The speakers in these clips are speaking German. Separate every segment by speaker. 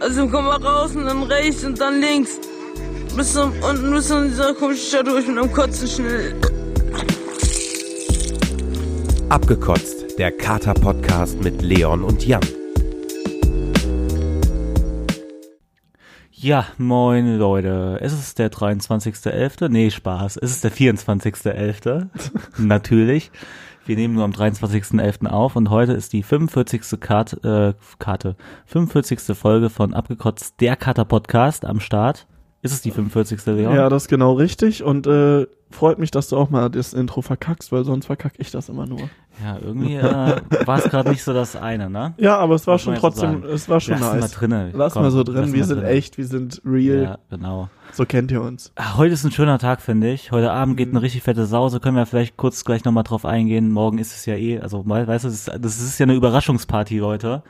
Speaker 1: Also komm mal raus und dann rechts und dann links. Bis zum, unten bis zu dieser komischen Statue. Ich bin am Kotzen schnell.
Speaker 2: Abgekotzt, der Kater-Podcast mit Leon und Jan.
Speaker 3: Ja, moin Leute. Es ist der 23.11. Nee, Spaß. Es ist der 24.11. Natürlich. Wir nehmen nur am 23.11. auf und heute ist die 45. Karte, äh, Karte, 45. Folge von Abgekotzt, der Kater-Podcast am Start. Ist es die 45. Leon?
Speaker 4: Ja, das ist genau richtig und äh, freut mich, dass du auch mal das Intro verkackst, weil sonst verkacke ich das immer nur.
Speaker 3: Ja, irgendwie äh, war es gerade nicht so das eine, ne?
Speaker 4: Ja, aber es war
Speaker 3: Muss
Speaker 4: schon
Speaker 3: man jetzt so
Speaker 4: trotzdem,
Speaker 3: sagen.
Speaker 4: es war schon
Speaker 3: Lassen wir
Speaker 4: nice.
Speaker 3: drinne.
Speaker 4: Lass
Speaker 3: Komm,
Speaker 4: mal so drin,
Speaker 3: lassen
Speaker 4: wir
Speaker 3: wir
Speaker 4: sind
Speaker 3: drin.
Speaker 4: echt, wir sind real,
Speaker 3: Ja, genau.
Speaker 4: so kennt ihr uns.
Speaker 3: Ah, Heute ist ein schöner Tag, finde ich. Heute Abend geht eine
Speaker 4: Mhm.
Speaker 3: richtig fette Sause. Können wir vielleicht kurz gleich nochmal drauf eingehen. Morgen ist es ja eh, also mal- weißt du, das ist, das ist ja eine Überraschungsparty, Leute.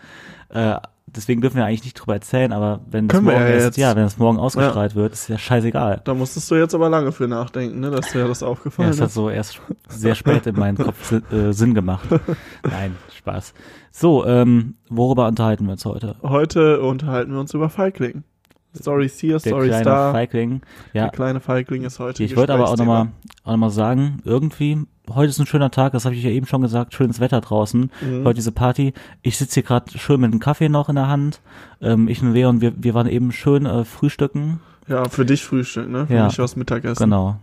Speaker 3: Äh, deswegen dürfen wir eigentlich nicht drüber erzählen, aber wenn das
Speaker 4: Können wir
Speaker 3: morgen
Speaker 4: ja
Speaker 3: erst,
Speaker 4: jetzt.
Speaker 3: ja, wenn das morgen ausgestrahlt wird, ist ja scheißegal.
Speaker 4: Da musstest du jetzt aber lange für nachdenken, ne, dass dir das
Speaker 3: Ja,
Speaker 4: aufgefallen
Speaker 3: es hat
Speaker 4: ist.
Speaker 3: so erst sehr spät in meinen Kopf si- äh, Sinn gemacht. Nein, Spaß. So, ähm, worüber unterhalten wir uns heute?
Speaker 4: Heute unterhalten wir uns über Feigling. Story
Speaker 3: Der
Speaker 4: hier, Story
Speaker 3: kleine
Speaker 4: Star.
Speaker 3: Feigling. Ja,
Speaker 4: Der kleine Feigling ist heute
Speaker 3: Ich wollte aber auch nochmal auch noch mal sagen, irgendwie, heute ist ein schöner Tag, das habe ich ja eben schon gesagt, schönes Wetter draußen,
Speaker 4: Mhm.
Speaker 3: heute diese Party. Ich sitze hier gerade schön mit einem Kaffee noch in der Hand. Ähm, ich und Leon, wir, wir waren eben schön äh, frühstücken.
Speaker 4: Ja, für dich Frühstück, ne? Für
Speaker 3: Ja.
Speaker 4: mich was Mittagessen.
Speaker 3: Genau.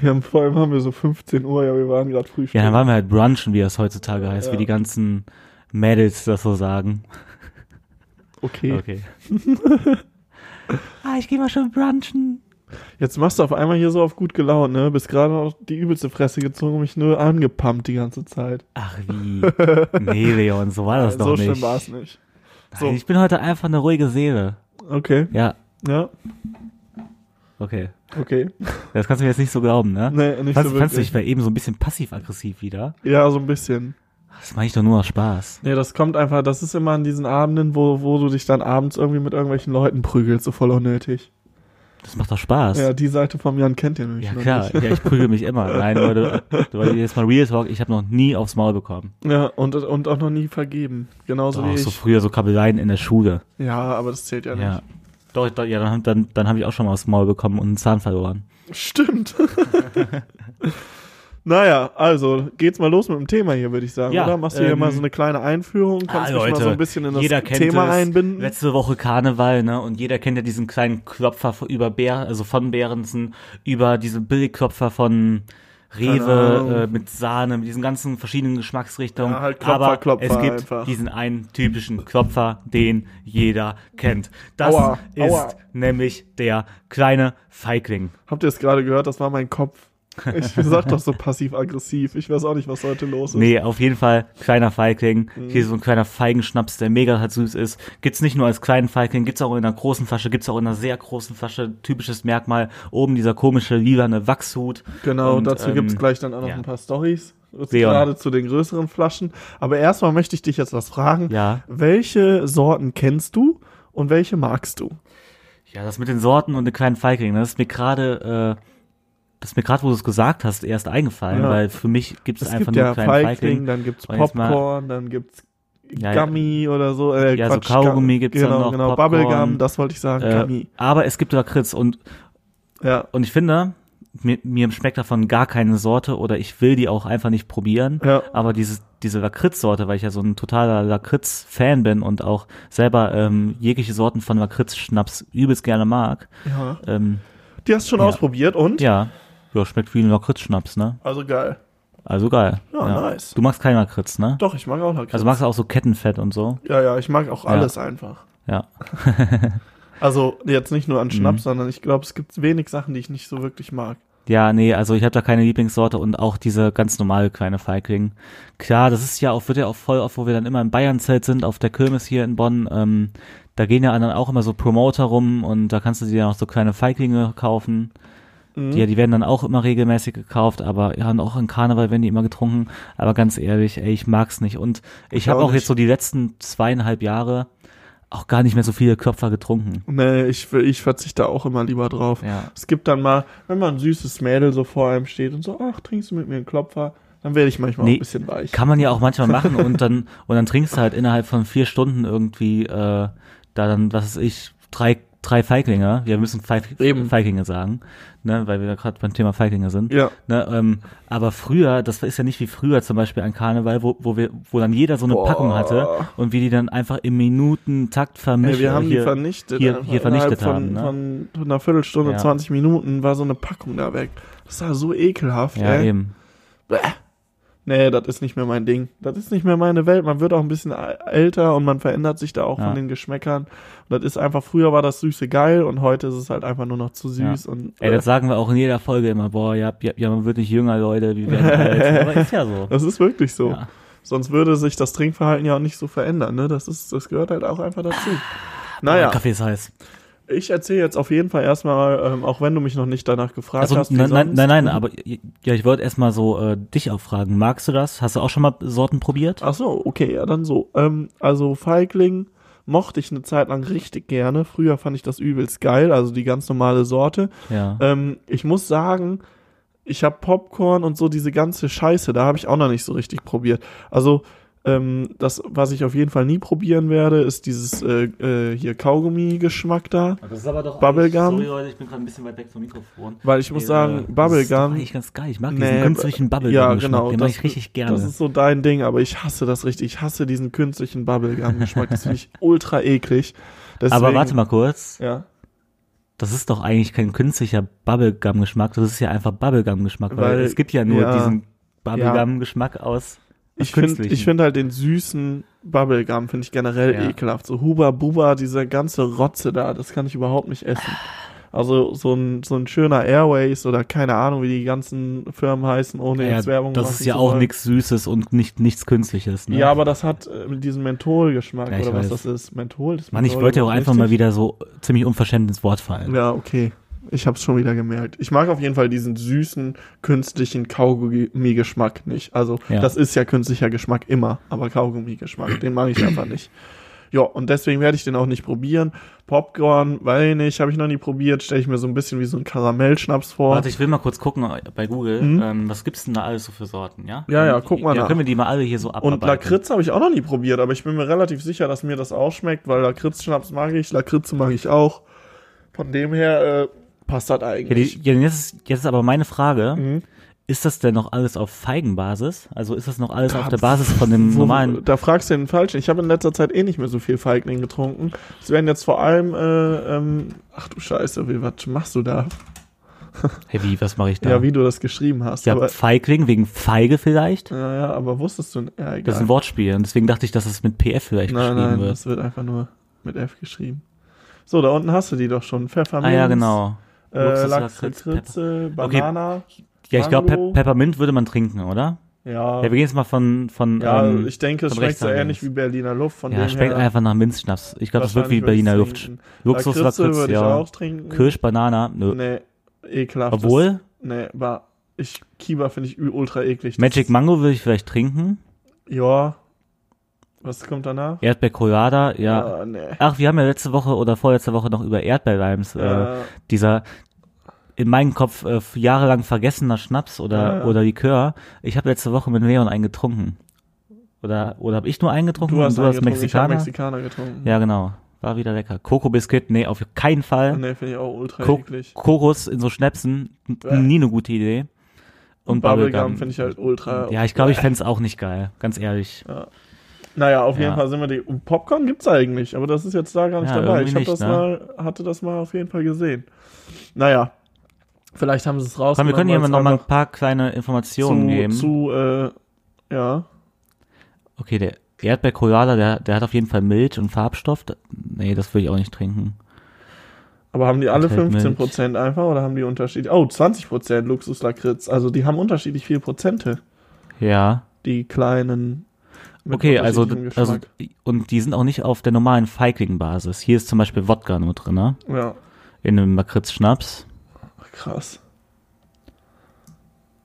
Speaker 4: Wir haben vor allem haben wir so 15 Uhr, ja, wir waren gerade Frühstück.
Speaker 3: Ja, dann waren wir halt brunchen, wie das heutzutage heißt, wie
Speaker 4: Ja.
Speaker 3: die ganzen Mädels das so sagen.
Speaker 4: okay.
Speaker 3: Okay. ah, ich gehe mal schön brunchen.
Speaker 4: Jetzt machst du auf einmal hier so auf gut gelaunt, ne? Bist gerade noch die übelste Fresse gezogen und mich nur angepumpt die ganze Zeit.
Speaker 3: Ach wie. Nee, Leon, so war das
Speaker 4: so
Speaker 3: doch
Speaker 4: schlimm
Speaker 3: nicht.
Speaker 4: war es nicht. so.
Speaker 3: Ich bin heute einfach eine ruhige Seele.
Speaker 4: Okay.
Speaker 3: Ja,
Speaker 4: Ja,
Speaker 3: okay.
Speaker 4: okay.
Speaker 3: Das kannst du mir jetzt nicht so glauben, ne?
Speaker 4: Nee, nicht
Speaker 3: Fandst,
Speaker 4: so
Speaker 3: fandst du, ich
Speaker 4: wirklich.
Speaker 3: war eben so ein bisschen passiv-aggressiv wieder?
Speaker 4: Ja, so ein bisschen.
Speaker 3: Das mache ich doch nur aus Spaß.
Speaker 4: Nee, das kommt einfach, das ist immer an diesen Abenden, wo, wo du dich dann abends irgendwie mit irgendwelchen Leuten prügelst, so voll unnötig.
Speaker 3: Das macht doch Spaß.
Speaker 4: Ja, die Seite von Jan kennt ihr nämlich
Speaker 3: Ja,
Speaker 4: noch
Speaker 3: klar,
Speaker 4: nicht.
Speaker 3: ja, ich prügel mich immer. Nein, Leute, Leute, jetzt mal Real Talk, ich habe noch nie aufs Maul bekommen.
Speaker 4: Ja, und, und auch noch nie vergeben. Genauso wie
Speaker 3: Doch,
Speaker 4: ich.
Speaker 3: so früher so Kabeleien in der Schule.
Speaker 4: ja, aber das zählt ja,
Speaker 3: Ja. Doch, doch ja, dann, dann, dann habe ich auch schon mal aufs Maul bekommen und einen Zahn verloren.
Speaker 4: nicht. Stimmt. naja, also geht's mal los mit dem Thema hier, würde ich sagen,
Speaker 3: Ja,
Speaker 4: oder? Machst du hier
Speaker 3: ähm,
Speaker 4: mal so eine kleine Einführung, kannst mich mal so ein bisschen in das
Speaker 3: Ah, jeder kennt
Speaker 4: Thema
Speaker 3: es.
Speaker 4: einbinden?
Speaker 3: Letzte Woche Karneval, ne? Und jeder kennt ja diesen kleinen Klopfer von- über Bär, also von Behrensen, über diese Billigklopfer von
Speaker 4: Ahnung.
Speaker 3: Rewe äh, mit Sahne, mit diesen ganzen verschiedenen Geschmacksrichtungen.
Speaker 4: Ja, halt Klopfer,
Speaker 3: Aber
Speaker 4: Klopfer
Speaker 3: es gibt
Speaker 4: einfach.
Speaker 3: diesen einen typischen Klopfer, den jeder kennt. Das
Speaker 4: Aua,
Speaker 3: ist
Speaker 4: aua.
Speaker 3: nämlich der kleine Feigling.
Speaker 4: Habt ihr es gerade gehört? Das war mein Kopf. Ich sag doch so passiv-aggressiv. Ich weiß auch nicht, was heute los ist.
Speaker 3: Nee, auf jeden Fall kleiner Feigling.
Speaker 4: Mhm.
Speaker 3: Hier so ein kleiner Feigenschnaps, der mega halt süß ist. Gibt's nicht nur als kleinen Feigling, gibt's auch in einer großen Flasche, gibt's auch in einer sehr großen Flasche. Typisches Merkmal, oben dieser komische lilane Wachshut.
Speaker 4: Genau,
Speaker 3: Und,
Speaker 4: dazu
Speaker 3: ähm,
Speaker 4: gibt's gleich dann auch noch
Speaker 3: ja.
Speaker 4: ein paar Stories.
Speaker 3: Leon.
Speaker 4: Gerade zu den größeren Flaschen. Aber erstmal möchte ich dich jetzt was fragen.
Speaker 3: Ja.
Speaker 4: Welche Sorten kennst du und welche magst du?
Speaker 3: Ja, das mit den Sorten und den kleinen Feigling, das ist mir gerade, äh, das ist mir gerade, wo du es gesagt hast, erst eingefallen,
Speaker 4: Ja.
Speaker 3: weil für mich gibt's
Speaker 4: Es
Speaker 3: einfach
Speaker 4: gibt
Speaker 3: nur
Speaker 4: ja
Speaker 3: einen kleinen
Speaker 4: Feigling,
Speaker 3: Feigling.
Speaker 4: dann gibt's
Speaker 3: Und jetzt mal-
Speaker 4: Popcorn, dann gibt's
Speaker 3: Ja, ja.
Speaker 4: Gummy oder so. Äh,
Speaker 3: Ja, so
Speaker 4: Quatsch,
Speaker 3: Kaugummi
Speaker 4: Gu-
Speaker 3: gibt's dann
Speaker 4: genau,
Speaker 3: noch,
Speaker 4: Genau,
Speaker 3: Popcorn.
Speaker 4: Bubblegum, das wollte ich sagen,
Speaker 3: Äh,
Speaker 4: Gummy.
Speaker 3: aber es gibt Lakritz und
Speaker 4: Ja,
Speaker 3: Und ich finde, mir, mir schmeckt davon gar keine Sorte oder ich will die auch einfach nicht probieren.
Speaker 4: Ja.
Speaker 3: Aber dieses, diese Lakritz-Sorte, weil ich ja so ein totaler Lakritz-Fan bin und auch selber ähm, jegliche Sorten von Lakritz-Schnaps übelst gerne mag.
Speaker 4: ja.
Speaker 3: Ähm,
Speaker 4: Die hast du schon
Speaker 3: Ja.
Speaker 4: ausprobiert und?
Speaker 3: ja. ja, schmeckt wie ein Lakritz-Schnaps, ne?
Speaker 4: Also geil.
Speaker 3: Also geil.
Speaker 4: Ja, nice.
Speaker 3: Du magst keinen Lakritz, ne?
Speaker 4: Doch, ich mag auch Lakritz.
Speaker 3: Also magst du auch so Kettenfett und so?
Speaker 4: ja, ja, ich mag auch alles einfach.
Speaker 3: Ja.
Speaker 4: Also jetzt nicht nur an
Speaker 3: Mhm.
Speaker 4: Schnaps, sondern ich glaube, es gibt wenig Sachen, die ich nicht so wirklich mag.
Speaker 3: Ja, nee, also ich habe da keine Lieblingssorte und auch diese ganz normale kleine Feigling. Klar, das ist ja auch, wird ja auch voll oft, wo wir dann immer im Bayernzelt sind, auf der Kirmes hier in Bonn, ähm, da gehen ja dann auch immer so Promoter rum und da kannst du dir dann auch so kleine Feiglinge kaufen.
Speaker 4: Mhm.
Speaker 3: Die, ja, die werden dann auch immer regelmäßig gekauft, aber ja, und auch in Karneval werden die immer getrunken. Aber ganz ehrlich, ey, ich mag's nicht. Und ich habe
Speaker 4: auch
Speaker 3: auch
Speaker 4: nicht.
Speaker 3: jetzt so die letzten zweieinhalb Jahre auch gar nicht mehr so viele Klopfer getrunken.
Speaker 4: Nee, ich, ich verzichte auch immer lieber drauf.
Speaker 3: Ja.
Speaker 4: Es gibt dann mal, wenn mal ein süßes Mädel so vor einem steht und so, ach, trinkst du mit mir einen Klopfer? Dann werde ich manchmal auch
Speaker 3: Nee,
Speaker 4: ein bisschen weich.
Speaker 3: Kann man ja auch manchmal machen und dann und dann trinkst du halt innerhalb von vier Stunden irgendwie äh, da dann, was weiß ich, drei, drei Feiglinge, wir müssen Feig
Speaker 4: Eben.
Speaker 3: Feiglinge sagen, ne, weil wir gerade beim Thema Feiglinge sind.
Speaker 4: Ja.
Speaker 3: Ne, ähm, aber früher, das ist ja nicht wie früher zum Beispiel an Karneval, wo, wo wir, wo dann jeder so eine Packung hatte und wir die dann einfach im Minutentakt vermischen.
Speaker 4: Ey, wir haben die
Speaker 3: äh, hier,
Speaker 4: vernichtet.
Speaker 3: Hier,
Speaker 4: einfach
Speaker 3: hier
Speaker 4: innerhalb
Speaker 3: vernichtet
Speaker 4: von,
Speaker 3: haben. Ne?
Speaker 4: Von einer Viertelstunde,
Speaker 3: Ja.
Speaker 4: 20 Minuten war so eine Packung da weg. Das war so ekelhaft.
Speaker 3: ja,
Speaker 4: ey.
Speaker 3: eben.
Speaker 4: Bäh. Nee, das ist nicht mehr mein Ding. Das ist nicht mehr meine Welt. Man wird auch ein bisschen ä- älter und man verändert sich da auch
Speaker 3: Ja.
Speaker 4: von den Geschmäckern. Und das ist einfach, früher war das Süße geil und heute ist es halt einfach nur noch zu süß. Und,
Speaker 3: Ey,
Speaker 4: äh,
Speaker 3: das sagen wir auch in jeder Folge immer, boah, ja, ja, ja man wird nicht jünger, Leute, wir werden alt. Aber ist ja so.
Speaker 4: äh, das ist wirklich so.
Speaker 3: Ja.
Speaker 4: Sonst würde sich das Trinkverhalten ja auch nicht so verändern. Ne? Das, ist, das gehört halt auch einfach dazu. Naja,
Speaker 3: Kaffee ist heiß.
Speaker 4: ich erzähle jetzt auf jeden Fall erstmal, ähm, auch wenn du mich noch nicht danach gefragt
Speaker 3: Also,
Speaker 4: hast. wie
Speaker 3: nein, nein,
Speaker 4: sonst. Mhm.
Speaker 3: nein, nein, aber ja, ich wollte erstmal so äh, dich auch fragen. Magst du das? Hast du auch schon mal Sorten probiert?
Speaker 4: Ach so, okay, ja, dann so. Ähm, also Feigling mochte ich eine Zeit lang richtig gerne. Früher fand ich das übelst geil, also die ganz normale Sorte.
Speaker 3: Ja.
Speaker 4: Ähm, ich muss sagen, ich habe Popcorn und so diese ganze Scheiße, da habe ich auch noch nicht so richtig probiert. Also ähm, das, was ich auf jeden Fall nie probieren werde, ist dieses äh, äh, hier Kaugummi-Geschmack da.
Speaker 3: Das ist aber doch
Speaker 4: Bubblegum?
Speaker 3: Sorry, Leute, ich bin gerade ein bisschen weit weg vom Mikrofon. Äh,
Speaker 4: Weil ich muss sagen,
Speaker 3: Das ist doch
Speaker 4: Bubblegum.
Speaker 3: eigentlich ganz geil. Ich mag
Speaker 4: Nee,
Speaker 3: diesen künstlichen
Speaker 4: bu-
Speaker 3: Bubblegum.
Speaker 4: ja, genau,
Speaker 3: Den mag
Speaker 4: das-
Speaker 3: ich richtig gerne.
Speaker 4: Das ist so dein Ding, aber ich hasse das richtig. Ich hasse diesen künstlichen Bubblegum-Geschmack. Das finde ich ultra eklig. Deswegen,
Speaker 3: aber warte mal kurz.
Speaker 4: Ja,
Speaker 3: Das ist doch eigentlich kein künstlicher Bubblegum-Geschmack. Das ist ja einfach Bubblegum-Geschmack, weil,
Speaker 4: Weil-
Speaker 3: es gibt ja nur
Speaker 4: ja.
Speaker 3: diesen Bubblegum-Geschmack aus. aus
Speaker 4: ich finde
Speaker 3: künstlichen.
Speaker 4: ich find halt den süßen Bubblegum, finde ich generell
Speaker 3: Ja.
Speaker 4: ekelhaft. So Huba Buba, diese ganze Rotze da, das kann ich überhaupt nicht essen. Also so ein, so ein schöner Airways oder keine Ahnung, wie die ganzen Firmen heißen, ohne
Speaker 3: Ja,
Speaker 4: jetzt Werbung
Speaker 3: äh, das
Speaker 4: machen
Speaker 3: ist ja
Speaker 4: zu
Speaker 3: auch
Speaker 4: wollen.
Speaker 3: nichts Süßes und nicht nichts Künstliches. Ne?
Speaker 4: Ja, aber das hat äh, mit diesem Mentholgeschmack
Speaker 3: Ja, ich
Speaker 4: oder was
Speaker 3: weiß.
Speaker 4: das ist. Menthol ist
Speaker 3: Mann, ich
Speaker 4: Menthol,
Speaker 3: wollte ja auch einfach
Speaker 4: richtig?
Speaker 3: mal wieder so ziemlich unverschämt ins Wort fallen.
Speaker 4: Ja, okay. Ich hab's schon wieder gemerkt. Ich mag auf jeden Fall diesen süßen, künstlichen Kaugummi-Geschmack nicht. Also,
Speaker 3: Ja.
Speaker 4: das ist ja künstlicher Geschmack immer, aber Kaugummi-Geschmack, den mag ich einfach nicht. Ja, und deswegen werde ich den auch nicht probieren. Popcorn, weiß ich nicht, habe ich noch nie probiert, stelle ich mir so ein bisschen wie so ein Karamellschnaps vor.
Speaker 3: Warte, ich will mal kurz gucken bei Google,
Speaker 4: Mhm.
Speaker 3: ähm, was gibt's denn da alles so für Sorten, ja?
Speaker 4: Ja, ja, guck mal
Speaker 3: Ja,
Speaker 4: nach.
Speaker 3: können wir die mal alle hier so abarbeiten.
Speaker 4: und Lakritz habe ich auch noch nie probiert, aber ich bin mir relativ sicher, dass mir das auch schmeckt, weil Lakritz-Schnaps mag ich, Lakritze mag ich auch. Von dem her äh, passt das
Speaker 3: Ja,
Speaker 4: eigentlich.
Speaker 3: die, ja, jetzt, ist, jetzt ist aber meine Frage,
Speaker 4: Mhm.
Speaker 3: ist das denn noch alles auf Feigenbasis? Also ist das noch alles
Speaker 4: Da-
Speaker 3: auf der Basis von dem
Speaker 4: Wo-
Speaker 3: normalen...
Speaker 4: Da fragst du den Falschen. Ich habe in letzter Zeit eh nicht mehr so viel Feigling getrunken. Es werden jetzt vor allem, äh, ähm, ach du Scheiße, wie, was machst du da?
Speaker 3: Hey, wie, was mache ich da?
Speaker 4: Ja, wie du das geschrieben hast.
Speaker 3: ja
Speaker 4: aber,
Speaker 3: Feigling wegen Feige vielleicht?
Speaker 4: ja, ja, aber wusstest du, ja, egal.
Speaker 3: Das ist ein Wortspiel und deswegen dachte ich, dass es mit PF vielleicht
Speaker 4: nein,
Speaker 3: geschrieben
Speaker 4: nein,
Speaker 3: wird.
Speaker 4: das wird einfach nur mit F geschrieben. So, da unten hast du die doch schon. Pfefferminz.
Speaker 3: Ah ja, genau.
Speaker 4: Äh,
Speaker 3: Luxus,
Speaker 4: Lachs,
Speaker 3: Lakritz,
Speaker 4: Lakritze,
Speaker 3: Okay.
Speaker 4: Banana.
Speaker 3: Ja, ich glaube,
Speaker 4: Mango.
Speaker 3: Pe Peppermint würde man trinken, oder?
Speaker 4: Ja,
Speaker 3: Ja, wir gehen jetzt mal von... von
Speaker 4: ja
Speaker 3: ähm,
Speaker 4: ich denke, es
Speaker 3: vom
Speaker 4: schmeckt so
Speaker 3: Rechtsanwender.
Speaker 4: ähnlich wie Berliner Luft. Von
Speaker 3: ja,
Speaker 4: dem
Speaker 3: schmeckt
Speaker 4: her,
Speaker 3: einfach nach Minzschnaps. Ich glaube, das wirkt wie
Speaker 4: wahrscheinlich
Speaker 3: Berliner
Speaker 4: würde
Speaker 3: Luft.
Speaker 4: ich's trinken.
Speaker 3: Luxus,
Speaker 4: Lakritze
Speaker 3: Lakritz,
Speaker 4: würde ich
Speaker 3: ja.
Speaker 4: auch trinken.
Speaker 3: Kirsch, Banane, nö.
Speaker 4: Nee, ekelhaft.
Speaker 3: Äh, Obwohl,
Speaker 4: Nee, war ich Kiba finde ich ü- ultra eklig. Das
Speaker 3: Magic
Speaker 4: ist,
Speaker 3: Mango würde ich vielleicht trinken.
Speaker 4: Ja. Was kommt danach?
Speaker 3: Erdbeer Colada, ja.
Speaker 4: Ah, nee.
Speaker 3: Ach, wir haben ja letzte Woche oder vorletzte Woche noch über Erdbeerleims, äh,
Speaker 4: Äh,
Speaker 3: dieser in meinem Kopf äh, jahrelang vergessener Schnaps oder,
Speaker 4: Ja.
Speaker 3: oder Likör. Ich habe letzte Woche mit Leon einen getrunken. Oder, oder habe ich nur einen getrunken
Speaker 4: du hast,
Speaker 3: und du hast
Speaker 4: einen getrunken, ich hab
Speaker 3: Mexikaner?
Speaker 4: Mexikaner getrunken.
Speaker 3: ja, genau. War wieder lecker. Koko-Biscuit, nee, auf keinen Fall.
Speaker 4: Nee, finde ich auch ultra
Speaker 3: Ko-
Speaker 4: eklig.
Speaker 3: Kokos in so Schnäpsen, n-
Speaker 4: Bäh.
Speaker 3: nie eine gute Idee. Und Bubblegum.
Speaker 4: Bubblegum finde ich halt ultra.
Speaker 3: ja, ich glaube, ich fänd's auch nicht geil, ganz ehrlich.
Speaker 4: Naja, auf jeden
Speaker 3: Ja.
Speaker 4: Fall sind wir die. Und Popcorn gibt's eigentlich, aber das ist jetzt da gar nicht
Speaker 3: Ja,
Speaker 4: dabei. Ich hab
Speaker 3: irgendwie
Speaker 4: das
Speaker 3: nicht, ne?
Speaker 4: mal, hatte das mal auf jeden Fall gesehen. Naja. Vielleicht haben sie es raus.
Speaker 3: Komm, wir können hier mal noch mal ein paar kleine Informationen
Speaker 4: zu,
Speaker 3: geben.
Speaker 4: zu, äh, ja.
Speaker 3: Okay, der erdbeer Colada, der, der hat auf jeden Fall Milch und Farbstoff. Da- Nee, das würde ich auch nicht trinken.
Speaker 4: Aber haben die alle
Speaker 3: Enthält
Speaker 4: 15 Prozent einfach oder haben die Unterschied? Oh, 20 Prozent Luxuslakritz. Also die haben unterschiedlich viel Prozente,
Speaker 3: Ja.
Speaker 4: die kleinen. mit
Speaker 3: Okay, also,
Speaker 4: unterschiedlichem
Speaker 3: also
Speaker 4: Geschmack.
Speaker 3: und die sind auch nicht auf der normalen Feigling-Basis. Hier ist zum Beispiel Wodka nur drin, ne?
Speaker 4: Ja,
Speaker 3: In einem Lakritz-Schnaps.
Speaker 4: Ach, krass.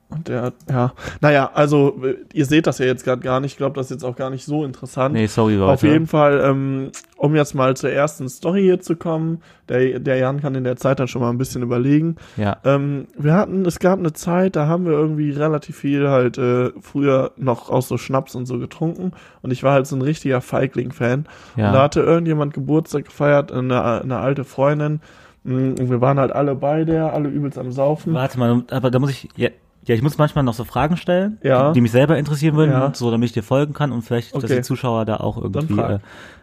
Speaker 4: Und der, ja. Naja, also äh, ihr seht das ja jetzt gerade gar nicht. Ich glaube, das ist jetzt auch gar nicht so interessant.
Speaker 3: Nee, sorry, Leute.
Speaker 4: Auf jeden Fall, ähm, um jetzt mal zur ersten Story hier zu kommen, der, der Jan kann in der Zeit dann schon mal ein bisschen überlegen.
Speaker 3: Ja.
Speaker 4: Ähm, wir hatten, es gab eine Zeit, da haben wir irgendwie relativ viel halt äh, früher noch aus so Schnaps und so getrunken und ich war halt so ein richtiger Feigling-Fan.
Speaker 3: Ja.
Speaker 4: Und da hatte irgendjemand Geburtstag gefeiert, eine, eine alte Freundin. Mm, Und wir waren halt alle bei der, alle übelst am Saufen.
Speaker 3: Warte mal, aber da muss ich. Ja, ja, ich muss manchmal noch so Fragen stellen,
Speaker 4: Ja.
Speaker 3: die, die mich selber interessieren würden,
Speaker 4: Ja.
Speaker 3: so damit ich dir folgen kann und vielleicht, dass
Speaker 4: Okay.
Speaker 3: die Zuschauer da auch irgendwie.
Speaker 4: frag.
Speaker 3: Äh,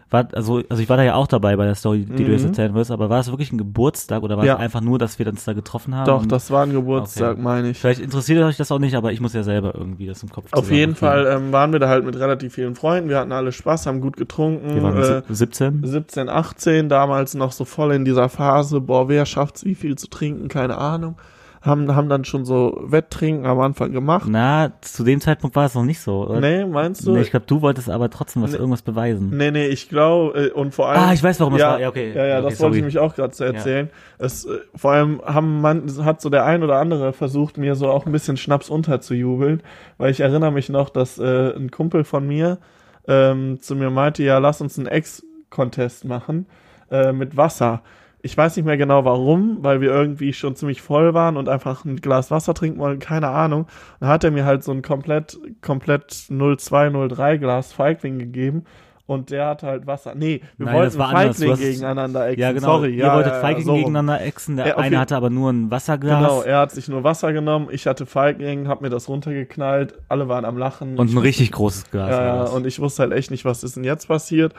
Speaker 3: war, also, also ich war da ja auch dabei bei der Story, die du jetzt
Speaker 4: Mhm.
Speaker 3: erzählen wirst, aber war es wirklich ein Geburtstag oder war
Speaker 4: Ja.
Speaker 3: es einfach nur, dass wir uns da getroffen haben?
Speaker 4: Doch,
Speaker 3: Und
Speaker 4: das war ein Geburtstag,
Speaker 3: Okay.
Speaker 4: meine ich.
Speaker 3: Vielleicht interessiert euch das auch nicht, aber ich muss ja selber irgendwie das im Kopf
Speaker 4: Auf jeden Fall
Speaker 3: zusammenkriegen.
Speaker 4: ähm, waren wir da halt mit relativ vielen Freunden. Wir hatten alle Spaß, haben gut getrunken.
Speaker 3: Wir waren
Speaker 4: äh,
Speaker 3: sieb- 17.
Speaker 4: 17, 18, damals noch so voll in dieser Phase, boah, wer schafft's, wie viel zu trinken, keine Ahnung. Haben, haben dann schon so Wetttrinken am Anfang gemacht.
Speaker 3: Na, zu dem Zeitpunkt war es noch nicht so. oder?
Speaker 4: Nee, meinst du?
Speaker 3: Hm, ne? Nee, ich glaube, du wolltest aber trotzdem was
Speaker 4: Nee.
Speaker 3: irgendwas beweisen.
Speaker 4: Nee, nee, ich glaube, äh, und vor allem.
Speaker 3: Ah, ich weiß, warum das
Speaker 4: ja,
Speaker 3: war. Ja, okay.
Speaker 4: Ja,
Speaker 3: Okay,
Speaker 4: ja, das wollte
Speaker 3: sorry.
Speaker 4: ich mich auch gerade zu erzählen. Es, äh, vor allem haben man, hat so der ein oder andere versucht, mir so auch ein bisschen Schnaps unterzujubeln, weil ich erinnere mich noch, dass äh, ein Kumpel von mir ähm, zu mir meinte, ja, lass uns einen Ex-Contest machen äh, mit Wasser. Ich weiß nicht mehr genau warum, weil wir irgendwie schon ziemlich voll waren und einfach ein Glas Wasser trinken wollen, keine Ahnung. Dann hat er mir halt so ein komplett, komplett 02, 03 Glas Feigling gegeben und der hatte halt Wasser. Nee, wir
Speaker 3: Nein, das
Speaker 4: wollten
Speaker 3: war anders.
Speaker 4: Feigling
Speaker 3: Du hast-
Speaker 4: gegeneinander exen.
Speaker 3: Ja, genau.
Speaker 4: Sorry,
Speaker 3: Ihr
Speaker 4: ja,
Speaker 3: wolltet
Speaker 4: ja, ja,
Speaker 3: Feigling
Speaker 4: so rum.
Speaker 3: gegeneinander exen. Der
Speaker 4: Ja, auf
Speaker 3: eine
Speaker 4: jeden-
Speaker 3: hatte aber nur ein Wasserglas
Speaker 4: Genau, er hat sich nur Wasser genommen, ich hatte Feigling, hab mir das runtergeknallt, alle waren am Lachen.
Speaker 3: und
Speaker 4: Ich
Speaker 3: ein richtig großes Glas.
Speaker 4: ja, ja, und ich wusste halt echt nicht, was ist denn jetzt passiert.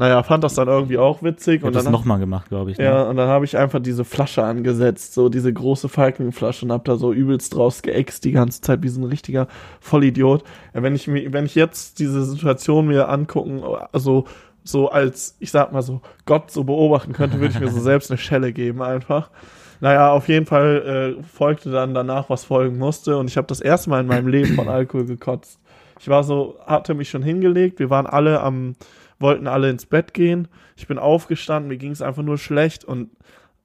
Speaker 4: Naja, fand das dann irgendwie auch witzig.
Speaker 3: und
Speaker 4: Und
Speaker 3: das
Speaker 4: dann,
Speaker 3: nochmal gemacht, glaube ich. ne?
Speaker 4: ja, und dann habe ich einfach diese Flasche angesetzt, so diese große Falkenflasche und hab da so übelst draus geäxt die ganze Zeit, wie so ein richtiger Vollidiot. Ja, wenn, ich mir, wenn ich jetzt diese Situation mir angucken, also so als, ich sag mal so, Gott so beobachten könnte, würde ich mir so selbst eine Schelle geben einfach. Naja, auf jeden Fall äh, folgte dann danach, was folgen musste. Und ich habe das erste Mal in meinem Leben von Alkohol gekotzt. Ich war so, hatte mich schon hingelegt. Wir waren alle am, wollten alle ins Bett gehen. Ich bin aufgestanden, mir ging es einfach nur schlecht und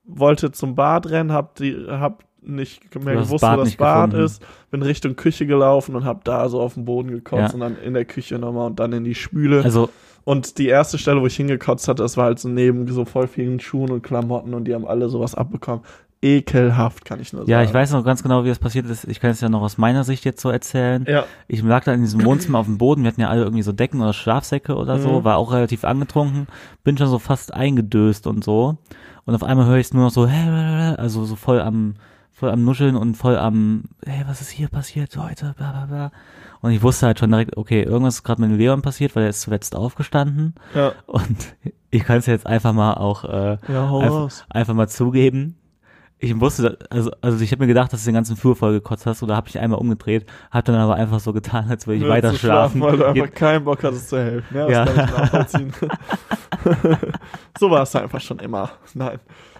Speaker 4: wollte zum Bad rennen, hab die, hab nicht mehr
Speaker 3: Du hast das
Speaker 4: gewusst,
Speaker 3: Bad
Speaker 4: wo das
Speaker 3: nicht
Speaker 4: Bad
Speaker 3: gefunden.
Speaker 4: ist. Bin Richtung Küche gelaufen und hab da so auf den Boden gekotzt
Speaker 3: Ja.
Speaker 4: und dann in der Küche nochmal und dann in die Spüle.
Speaker 3: Also,
Speaker 4: Und die erste Stelle, wo ich hingekotzt hatte, das war halt so neben so voll vielen Schuhen und Klamotten und die haben alle sowas abbekommen. Ekelhaft, kann ich nur sagen.
Speaker 3: ja, ich weiß noch ganz genau, wie das passiert ist. Ich kann es ja noch aus meiner Sicht jetzt so erzählen.
Speaker 4: Ja,
Speaker 3: Ich lag da in diesem Wohnzimmer auf dem Boden. Wir hatten ja alle irgendwie so Decken oder Schlafsäcke oder
Speaker 4: Mhm.
Speaker 3: so. War auch relativ angetrunken. Bin schon so fast eingedöst und so. Und auf einmal höre ich es nur noch so, hey, also so voll am, voll am Nuscheln und voll am, hey, was ist hier passiert heute? Bla, bla, bla. Und ich wusste halt schon direkt, okay, irgendwas ist gerade mit Leon passiert, weil er ist zuletzt aufgestanden.
Speaker 4: ja.
Speaker 3: Und ich kann es jetzt einfach mal auch äh,
Speaker 4: Ja, hau
Speaker 3: einfach,
Speaker 4: raus.
Speaker 3: einfach mal zugeben. Ich wusste, da- also, also ich habe mir gedacht, dass du den ganzen Flur voll gekotzt hast oder habe ich einmal umgedreht, habe dann aber einfach so getan, als würde ich
Speaker 4: Nur
Speaker 3: weiter
Speaker 4: zu
Speaker 3: schlafen.
Speaker 4: Weil du einfach
Speaker 3: Geht-
Speaker 4: keinen Bock hattest zu helfen. Ja, das
Speaker 3: Ja.
Speaker 4: kann ich nachvollziehen. so war es einfach schon immer. Nein.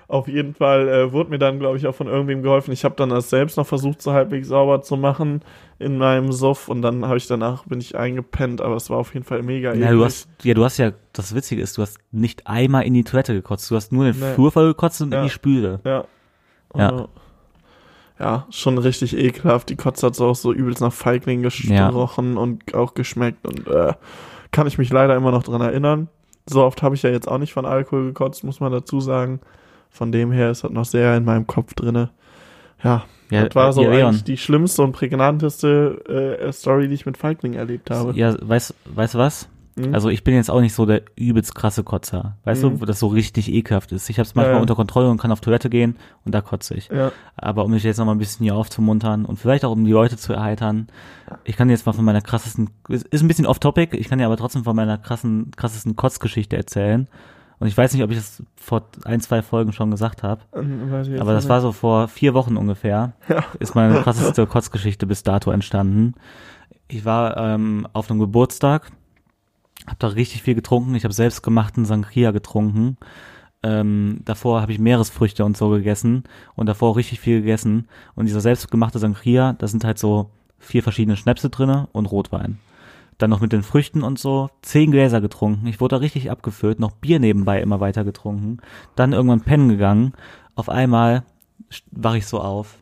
Speaker 4: Auf jeden Fall äh, wurde mir dann, glaube ich, auch von irgendwem geholfen. Ich habe dann das selbst noch versucht, so halbwegs sauber zu machen in meinem Suff und dann habe ich danach bin ich eingepennt, aber es war auf jeden Fall mega
Speaker 3: Ja,
Speaker 4: eklig.
Speaker 3: du hast, ja, du hast ja, das Witzige ist, du hast nicht einmal in die Toilette gekotzt, du hast nur den
Speaker 4: Nee.
Speaker 3: Flur voll gekotzt und
Speaker 4: Ja.
Speaker 3: in die Spüle.
Speaker 4: Ja. Also,
Speaker 3: Ja.
Speaker 4: Ja, schon richtig ekelhaft. Die Kotze hat so auch so übelst nach Feigling
Speaker 3: Ja.
Speaker 4: gerochen und auch geschmeckt und äh, kann ich mich leider immer noch dran erinnern. So oft habe ich ja jetzt auch nicht von Alkohol gekotzt, muss man dazu sagen. Von dem her ist das noch sehr in meinem Kopf drinne. Ja,
Speaker 3: Ja, äh,
Speaker 4: das war so
Speaker 3: ja, Leon.
Speaker 4: eigentlich die schlimmste und prägnanteste äh, Story, die ich mit Feigling erlebt habe.
Speaker 3: Ja, weißt, weißt du was?
Speaker 4: Mhm.
Speaker 3: Also ich bin jetzt auch nicht so der übelst krasse Kotzer. Weißt
Speaker 4: Mhm.
Speaker 3: du, wo das so richtig ekelhaft ist. Ich habe es manchmal
Speaker 4: Ja, ja.
Speaker 3: unter Kontrolle und kann auf Toilette gehen und da kotze ich.
Speaker 4: Ja.
Speaker 3: Aber um mich jetzt noch mal ein bisschen hier aufzumuntern und vielleicht auch um die Leute zu erheitern, ich kann jetzt mal von meiner krassesten, ist ist ein bisschen off-topic, ich kann ja aber trotzdem von meiner krassen, krassesten Kotzgeschichte erzählen. Und ich weiß nicht, ob ich das vor ein, zwei Folgen schon gesagt habe.
Speaker 4: Ähm, weiß ich jetzt
Speaker 3: Aber das
Speaker 4: nicht.
Speaker 3: war so vor vier Wochen ungefähr, ist meine krasseste Kotzgeschichte bis dato entstanden. Ich war ähm, auf einem Geburtstag, habe da richtig viel getrunken. Ich habe selbstgemachten Sangria getrunken. Ähm, davor habe ich Meeresfrüchte und so gegessen und davor auch richtig viel gegessen. Und dieser selbstgemachte Sangria, da sind halt so vier verschiedene Schnäpse drinne und Rotwein. Dann noch mit den Früchten und so. Zehn Gläser getrunken. Ich wurde da richtig abgefüllt. Noch Bier nebenbei immer weiter getrunken. Dann irgendwann pennen gegangen. Auf einmal st- wach ich so auf.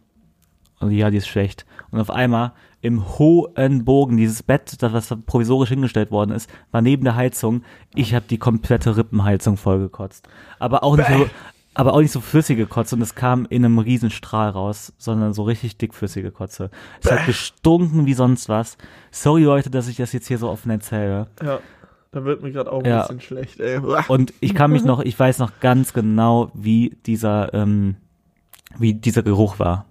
Speaker 3: Und ja, die ist schlecht. Und auf einmal im hohen Bogen, dieses Bett, das was da provisorisch hingestellt worden ist, war neben der Heizung. Ich habe die komplette Rippenheizung vollgekotzt. Aber auch nicht so, aber auch nicht so flüssige Kotze und es kam in einem Riesenstrahl raus, sondern so richtig dickflüssige Kotze. Es hat gestunken wie sonst was. Sorry Leute, dass ich das jetzt hier so offen erzähle.
Speaker 4: Ja, da wird mir gerade auch ein
Speaker 3: Ja.
Speaker 4: bisschen schlecht, ey.
Speaker 3: Und ich kann mich noch, ich weiß noch ganz genau, wie dieser, ähm, wie dieser Geruch war.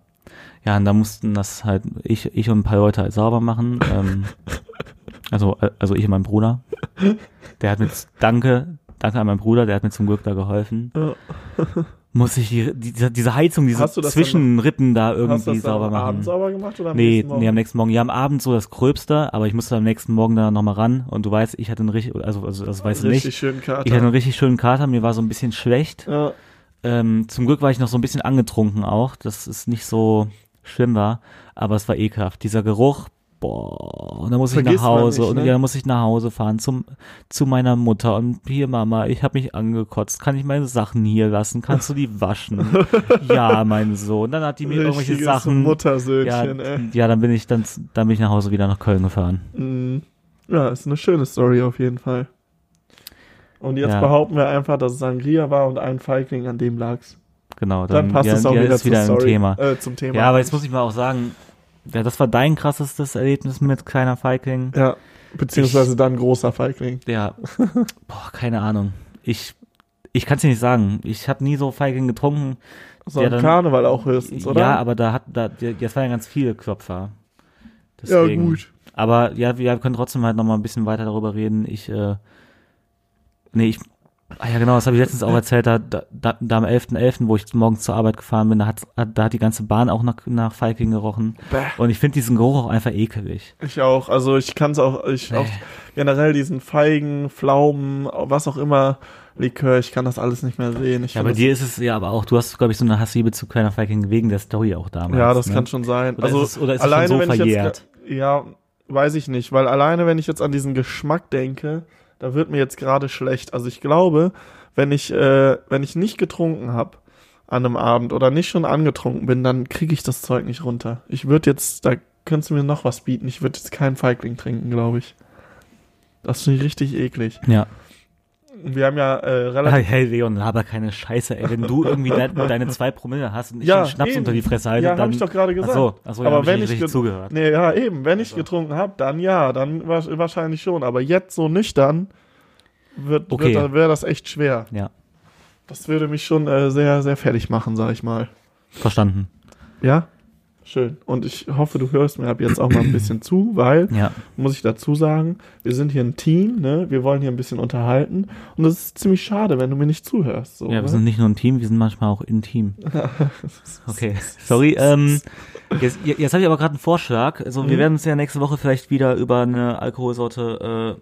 Speaker 3: Ja, und da mussten das halt ich, ich und ein paar Leute halt sauber machen. Ähm, also, äh, also ich und mein Bruder. Der hat mir, danke, danke an meinen Bruder, der hat mir zum Glück da geholfen.
Speaker 4: Ja.
Speaker 3: Muss ich die, diese, diese Heizung, diese
Speaker 4: Hast du das dann-
Speaker 3: Zwischenrippen da irgendwie
Speaker 4: Hast du das dann
Speaker 3: sauber
Speaker 4: am
Speaker 3: machen.
Speaker 4: Abend sauber gemacht oder am
Speaker 3: Nee,
Speaker 4: nächsten Morgen?
Speaker 3: nee, am nächsten Morgen. Ja, am Abend so das Gröbste, aber ich musste am nächsten Morgen da nochmal ran und du weißt, ich hatte einen richtig, also, also das weißt du
Speaker 4: Richtig
Speaker 3: nicht.
Speaker 4: schönen
Speaker 3: Ich hatte einen
Speaker 4: Kater.
Speaker 3: richtig schönen Kater, mir war so ein bisschen schlecht.
Speaker 4: Ja,
Speaker 3: Ähm, zum Glück war ich noch so ein bisschen angetrunken auch, dass es nicht so schlimm war, aber es war ekelhaft. Dieser Geruch, boah, und dann muss ich
Speaker 4: Vergisst
Speaker 3: nach
Speaker 4: man
Speaker 3: Hause
Speaker 4: nicht,
Speaker 3: und
Speaker 4: ne?
Speaker 3: ja, dann muss ich nach Hause fahren zum, zu meiner Mutter und hier Mama, ich habe mich angekotzt, kann ich meine Sachen hier lassen, kannst du die waschen? ja, mein Sohn. Dann hat die mir irgendwelche
Speaker 4: richtiges
Speaker 3: Sachen ja,
Speaker 4: Muttersöhnchen, ey.
Speaker 3: ja, dann bin ich dann, dann bin ich nach Hause wieder nach Köln gefahren.
Speaker 4: Mhm. Ja, ist eine schöne Story auf jeden Fall. Und jetzt
Speaker 3: Ja.
Speaker 4: behaupten wir einfach, dass es Sangria war und ein Feigling, an dem lag's.
Speaker 3: Genau, dann,
Speaker 4: Dann passt
Speaker 3: ja,
Speaker 4: es auch
Speaker 3: ja,
Speaker 4: wieder,
Speaker 3: ist
Speaker 4: zur
Speaker 3: wieder ein
Speaker 4: Story,
Speaker 3: Thema.
Speaker 4: Äh, zum Thema.
Speaker 3: Ja, aber jetzt muss ich mal auch sagen, ja, das war dein krassestes Erlebnis mit kleiner Feigling.
Speaker 4: Ja, beziehungsweise dann großer Feigling.
Speaker 3: Ja, boah, keine Ahnung. Ich ich kann es dir nicht sagen. Ich habe nie so Feigling getrunken.
Speaker 4: So
Speaker 3: Ja,
Speaker 4: Also ein
Speaker 3: dann-
Speaker 4: Karneval auch höchstens, oder?
Speaker 3: Ja, aber da hat da ja, das waren ja ganz viele Klopfer.
Speaker 4: Ja,
Speaker 3: Deswegen.
Speaker 4: gut.
Speaker 3: Aber ja, wir können trotzdem halt noch mal ein bisschen weiter darüber reden. Ich, äh, nee, ich, ah ja genau, das habe ich letztens auch erzählt, da, da, da am 11.11., wo ich morgens zur Arbeit gefahren bin, da hat, da hat die ganze Bahn auch nach, nach Feigling gerochen.
Speaker 4: Bäh.
Speaker 3: Und ich finde diesen Geruch auch einfach ekelig.
Speaker 4: Ich auch. Also ich kann es auch, ich auch generell diesen Feigen, Pflaumen, was auch immer, Likör, ich kann das alles nicht mehr sehen. Ich
Speaker 3: Ja, bei
Speaker 4: find
Speaker 3: dir ist es ja aber auch, du hast, glaube ich, so eine Hassliebe zu Kleiner Feigling wegen der Story auch damals.
Speaker 4: das, ja, das
Speaker 3: ne?
Speaker 4: kann schon sein.
Speaker 3: Oder
Speaker 4: also
Speaker 3: ist es- oder ist es
Speaker 4: alleine,
Speaker 3: schon so
Speaker 4: wenn ich jetzt,
Speaker 3: verjährt?
Speaker 4: ja, weiß ich nicht, weil alleine, wenn ich jetzt an diesen Geschmack denke, da wird mir jetzt gerade schlecht. Also ich glaube, wenn ich, äh, wenn ich nicht getrunken habe an einem Abend oder nicht schon angetrunken bin, dann kriege ich das Zeug nicht runter. Ich würde jetzt, da könntest du mir noch was bieten. Ich würde jetzt keinen Feigling trinken, glaube ich. Das finde ich richtig eklig.
Speaker 3: Ja.
Speaker 4: Wir haben ja äh, relativ.
Speaker 3: Hey, hey Leon, laber keine Scheiße, ey. Wenn du irgendwie de deine zwei Promille hast und Ah, ich
Speaker 4: Ja,
Speaker 3: den Schnaps
Speaker 4: eben.
Speaker 3: unter die Fresse halte,
Speaker 4: ja,
Speaker 3: dann.
Speaker 4: habe ich doch gerade gesagt.
Speaker 3: Achso, achso, ja,
Speaker 4: Aber
Speaker 3: hab
Speaker 4: wenn
Speaker 3: ich
Speaker 4: ich
Speaker 3: nicht Also
Speaker 4: ge-
Speaker 3: richtig zugehört.
Speaker 4: Nee, ja, eben. Wenn ich getrunken habe, dann ja, dann wa- wahrscheinlich schon. Aber jetzt so nüchtern wird,
Speaker 3: Okay.
Speaker 4: wird, dann wäre das echt schwer.
Speaker 3: Ja,
Speaker 4: Das würde mich schon äh, sehr, sehr fertig machen, sag ich mal.
Speaker 3: verstanden.
Speaker 4: Ja? Schön. Und ich hoffe, du hörst mir ab jetzt auch mal ein bisschen zu, weil,
Speaker 3: Ja,
Speaker 4: muss ich dazu sagen, wir sind hier ein Team, ne? Wir wollen hier ein bisschen unterhalten. Und es ist ziemlich schade, wenn du mir nicht zuhörst. So,
Speaker 3: ja, wir
Speaker 4: ne?
Speaker 3: sind nicht nur ein Team, wir sind manchmal auch intim. Okay, sorry. Ähm, jetzt jetzt habe ich aber gerade einen Vorschlag. Also wir
Speaker 4: Mhm.
Speaker 3: werden uns ja nächste Woche vielleicht wieder über eine Alkoholsorte äh,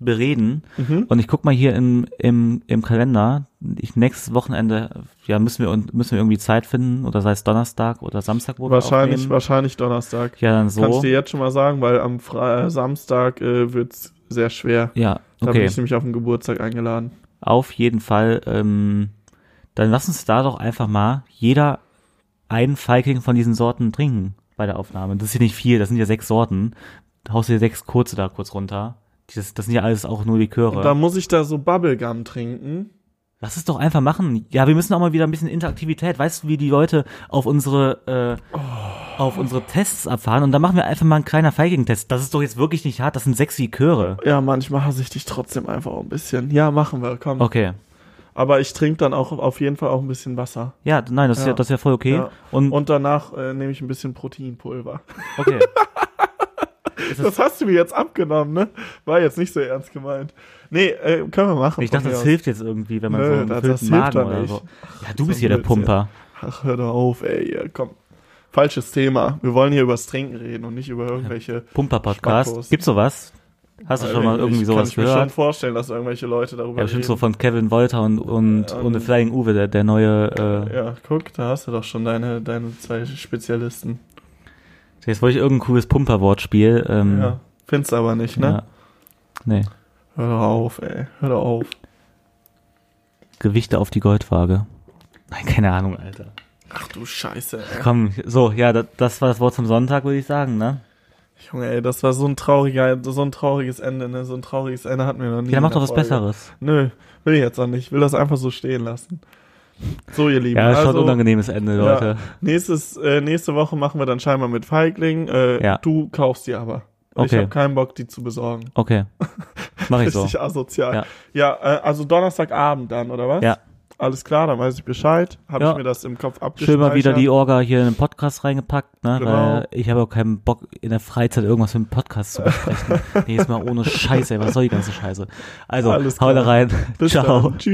Speaker 3: bereden.
Speaker 4: Mhm.
Speaker 3: Und ich guck mal hier im, im, im Kalender. Ich, nächstes Wochenende, ja, müssen wir und müssen wir irgendwie Zeit finden oder sei es Donnerstag oder Samstag, wo
Speaker 4: Wahrscheinlich,
Speaker 3: wir aufnehmen.
Speaker 4: wahrscheinlich Donnerstag.
Speaker 3: Ja, dann so.
Speaker 4: Kannst du dir jetzt schon mal sagen, weil am Fre äh, Samstag äh, wird's sehr schwer.
Speaker 3: ja,
Speaker 4: Da bin
Speaker 3: okay.
Speaker 4: ich nämlich auf den Geburtstag eingeladen.
Speaker 3: Auf jeden Fall. Ähm, dann lass uns da doch einfach mal jeder einen Feigling von diesen Sorten trinken bei der Aufnahme. Das ist ja nicht viel, das sind ja sechs Sorten. Da haust du dir sechs kurze da kurz runter. Das, das sind ja alles auch nur Liköre.
Speaker 4: Und da muss ich da so Bubblegum trinken.
Speaker 3: Lass es doch einfach machen. Ja, wir müssen auch mal wieder ein bisschen Interaktivität. Weißt du, wie die Leute auf unsere, äh, auf unsere Tests abfahren? Und dann machen wir einfach mal einen kleiner Feigling-Test. Das ist doch jetzt wirklich nicht hart. Das sind sechs Liköre.
Speaker 4: Ja, manchmal hasse ich dich trotzdem einfach auch ein bisschen. Ja, machen wir, komm.
Speaker 3: Okay.
Speaker 4: Aber ich trinke dann auch auf jeden Fall auch ein bisschen Wasser.
Speaker 3: Ja, nein, das ist ja,
Speaker 4: Ja.
Speaker 3: das ist ja voll okay.
Speaker 4: Ja.
Speaker 3: Und,
Speaker 4: Und danach äh, nehme ich ein bisschen Proteinpulver.
Speaker 3: okay.
Speaker 4: Das hast du mir jetzt abgenommen, ne? War jetzt nicht so ernst gemeint. Nee, äh, können wir machen.
Speaker 3: Ich dachte,
Speaker 4: von mir
Speaker 3: das
Speaker 4: aus.
Speaker 3: hilft jetzt irgendwie, wenn man
Speaker 4: Nö,
Speaker 3: so einen
Speaker 4: das-
Speaker 3: gefüllten
Speaker 4: das hilft
Speaker 3: Magen
Speaker 4: doch
Speaker 3: oder
Speaker 4: nicht.
Speaker 3: so. Ja, du
Speaker 4: so
Speaker 3: bist hier der
Speaker 4: ein Blödsinn.
Speaker 3: Pumper.
Speaker 4: Ach, hör doch auf, ey, hier, komm. Falsches Thema. Wir wollen hier übers Trinken reden und nicht über irgendwelche Spackos.
Speaker 3: Pumper-Podcast. Gibt's sowas? Hast du schon mal irgendwie
Speaker 4: Äh, ich,
Speaker 3: sowas
Speaker 4: kann ich mir schon
Speaker 3: gehört?
Speaker 4: vorstellen, dass irgendwelche Leute darüber
Speaker 3: Ja, bestimmt so von Kevin Wolter und, und,
Speaker 4: Ähm,
Speaker 3: und Flying Uwe, der, der neue, äh,
Speaker 4: Ja, guck, da hast du doch schon deine, deine zwei Spezialisten.
Speaker 3: Jetzt wollte ich irgendein cooles Pumperwortspiel. Ähm,
Speaker 4: Ja. Findest du aber nicht, ne?
Speaker 3: ja. Nee.
Speaker 4: Hör doch auf, ey. Hör doch auf.
Speaker 3: Gewichte auf die Goldwaage. Nein, keine Ahnung, Alter.
Speaker 4: du Scheiße, ey.
Speaker 3: Komm, so, ja, das, das war das Wort zum Sonntag, würde ich sagen, ne?
Speaker 4: Junge, ey, das war so ein trauriger, so ein trauriges Ende, ne? So ein trauriges Ende hatten wir noch nie.
Speaker 3: Ja,
Speaker 4: in
Speaker 3: mach
Speaker 4: der
Speaker 3: doch was
Speaker 4: Folge.
Speaker 3: Besseres.
Speaker 4: Nö, will ich jetzt auch nicht. Ich will das einfach so stehen lassen. So, ihr Lieben.
Speaker 3: Ja, ist schon
Speaker 4: also,
Speaker 3: unangenehmes Ende, Leute.
Speaker 4: Ja, nächstes, äh, nächste Woche machen wir dann scheinbar mit Feigling. Äh,
Speaker 3: Ja.
Speaker 4: Du kaufst die aber. Und Ich
Speaker 3: Okay.
Speaker 4: habe keinen Bock, die zu besorgen.
Speaker 3: Okay. Mach ich so.
Speaker 4: Richtig asozial.
Speaker 3: Ja.
Speaker 4: Ja, äh, also Donnerstagabend dann, oder was?
Speaker 3: Ja.
Speaker 4: Alles klar, dann weiß ich Bescheid. Habe
Speaker 3: Ja.
Speaker 4: ich mir das im Kopf abgespeichert.
Speaker 3: Schön mal wieder die Orga hier in den Podcast reingepackt, ne?
Speaker 4: Genau.
Speaker 3: Weil ich habe auch keinen Bock, in der Freizeit irgendwas mit dem Podcast zu besprechen. nee, jetzt mal ohne Scheiße, ey, was soll die ganze Scheiße? Also,
Speaker 4: Alles
Speaker 3: hau da
Speaker 4: klar.
Speaker 3: rein.
Speaker 4: Bis
Speaker 3: Ciao.
Speaker 4: dann. Tschüss.